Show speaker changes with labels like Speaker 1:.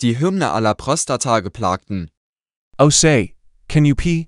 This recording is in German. Speaker 1: die Hymne aller Prostatageplagten.
Speaker 2: Oh, say, can you pee?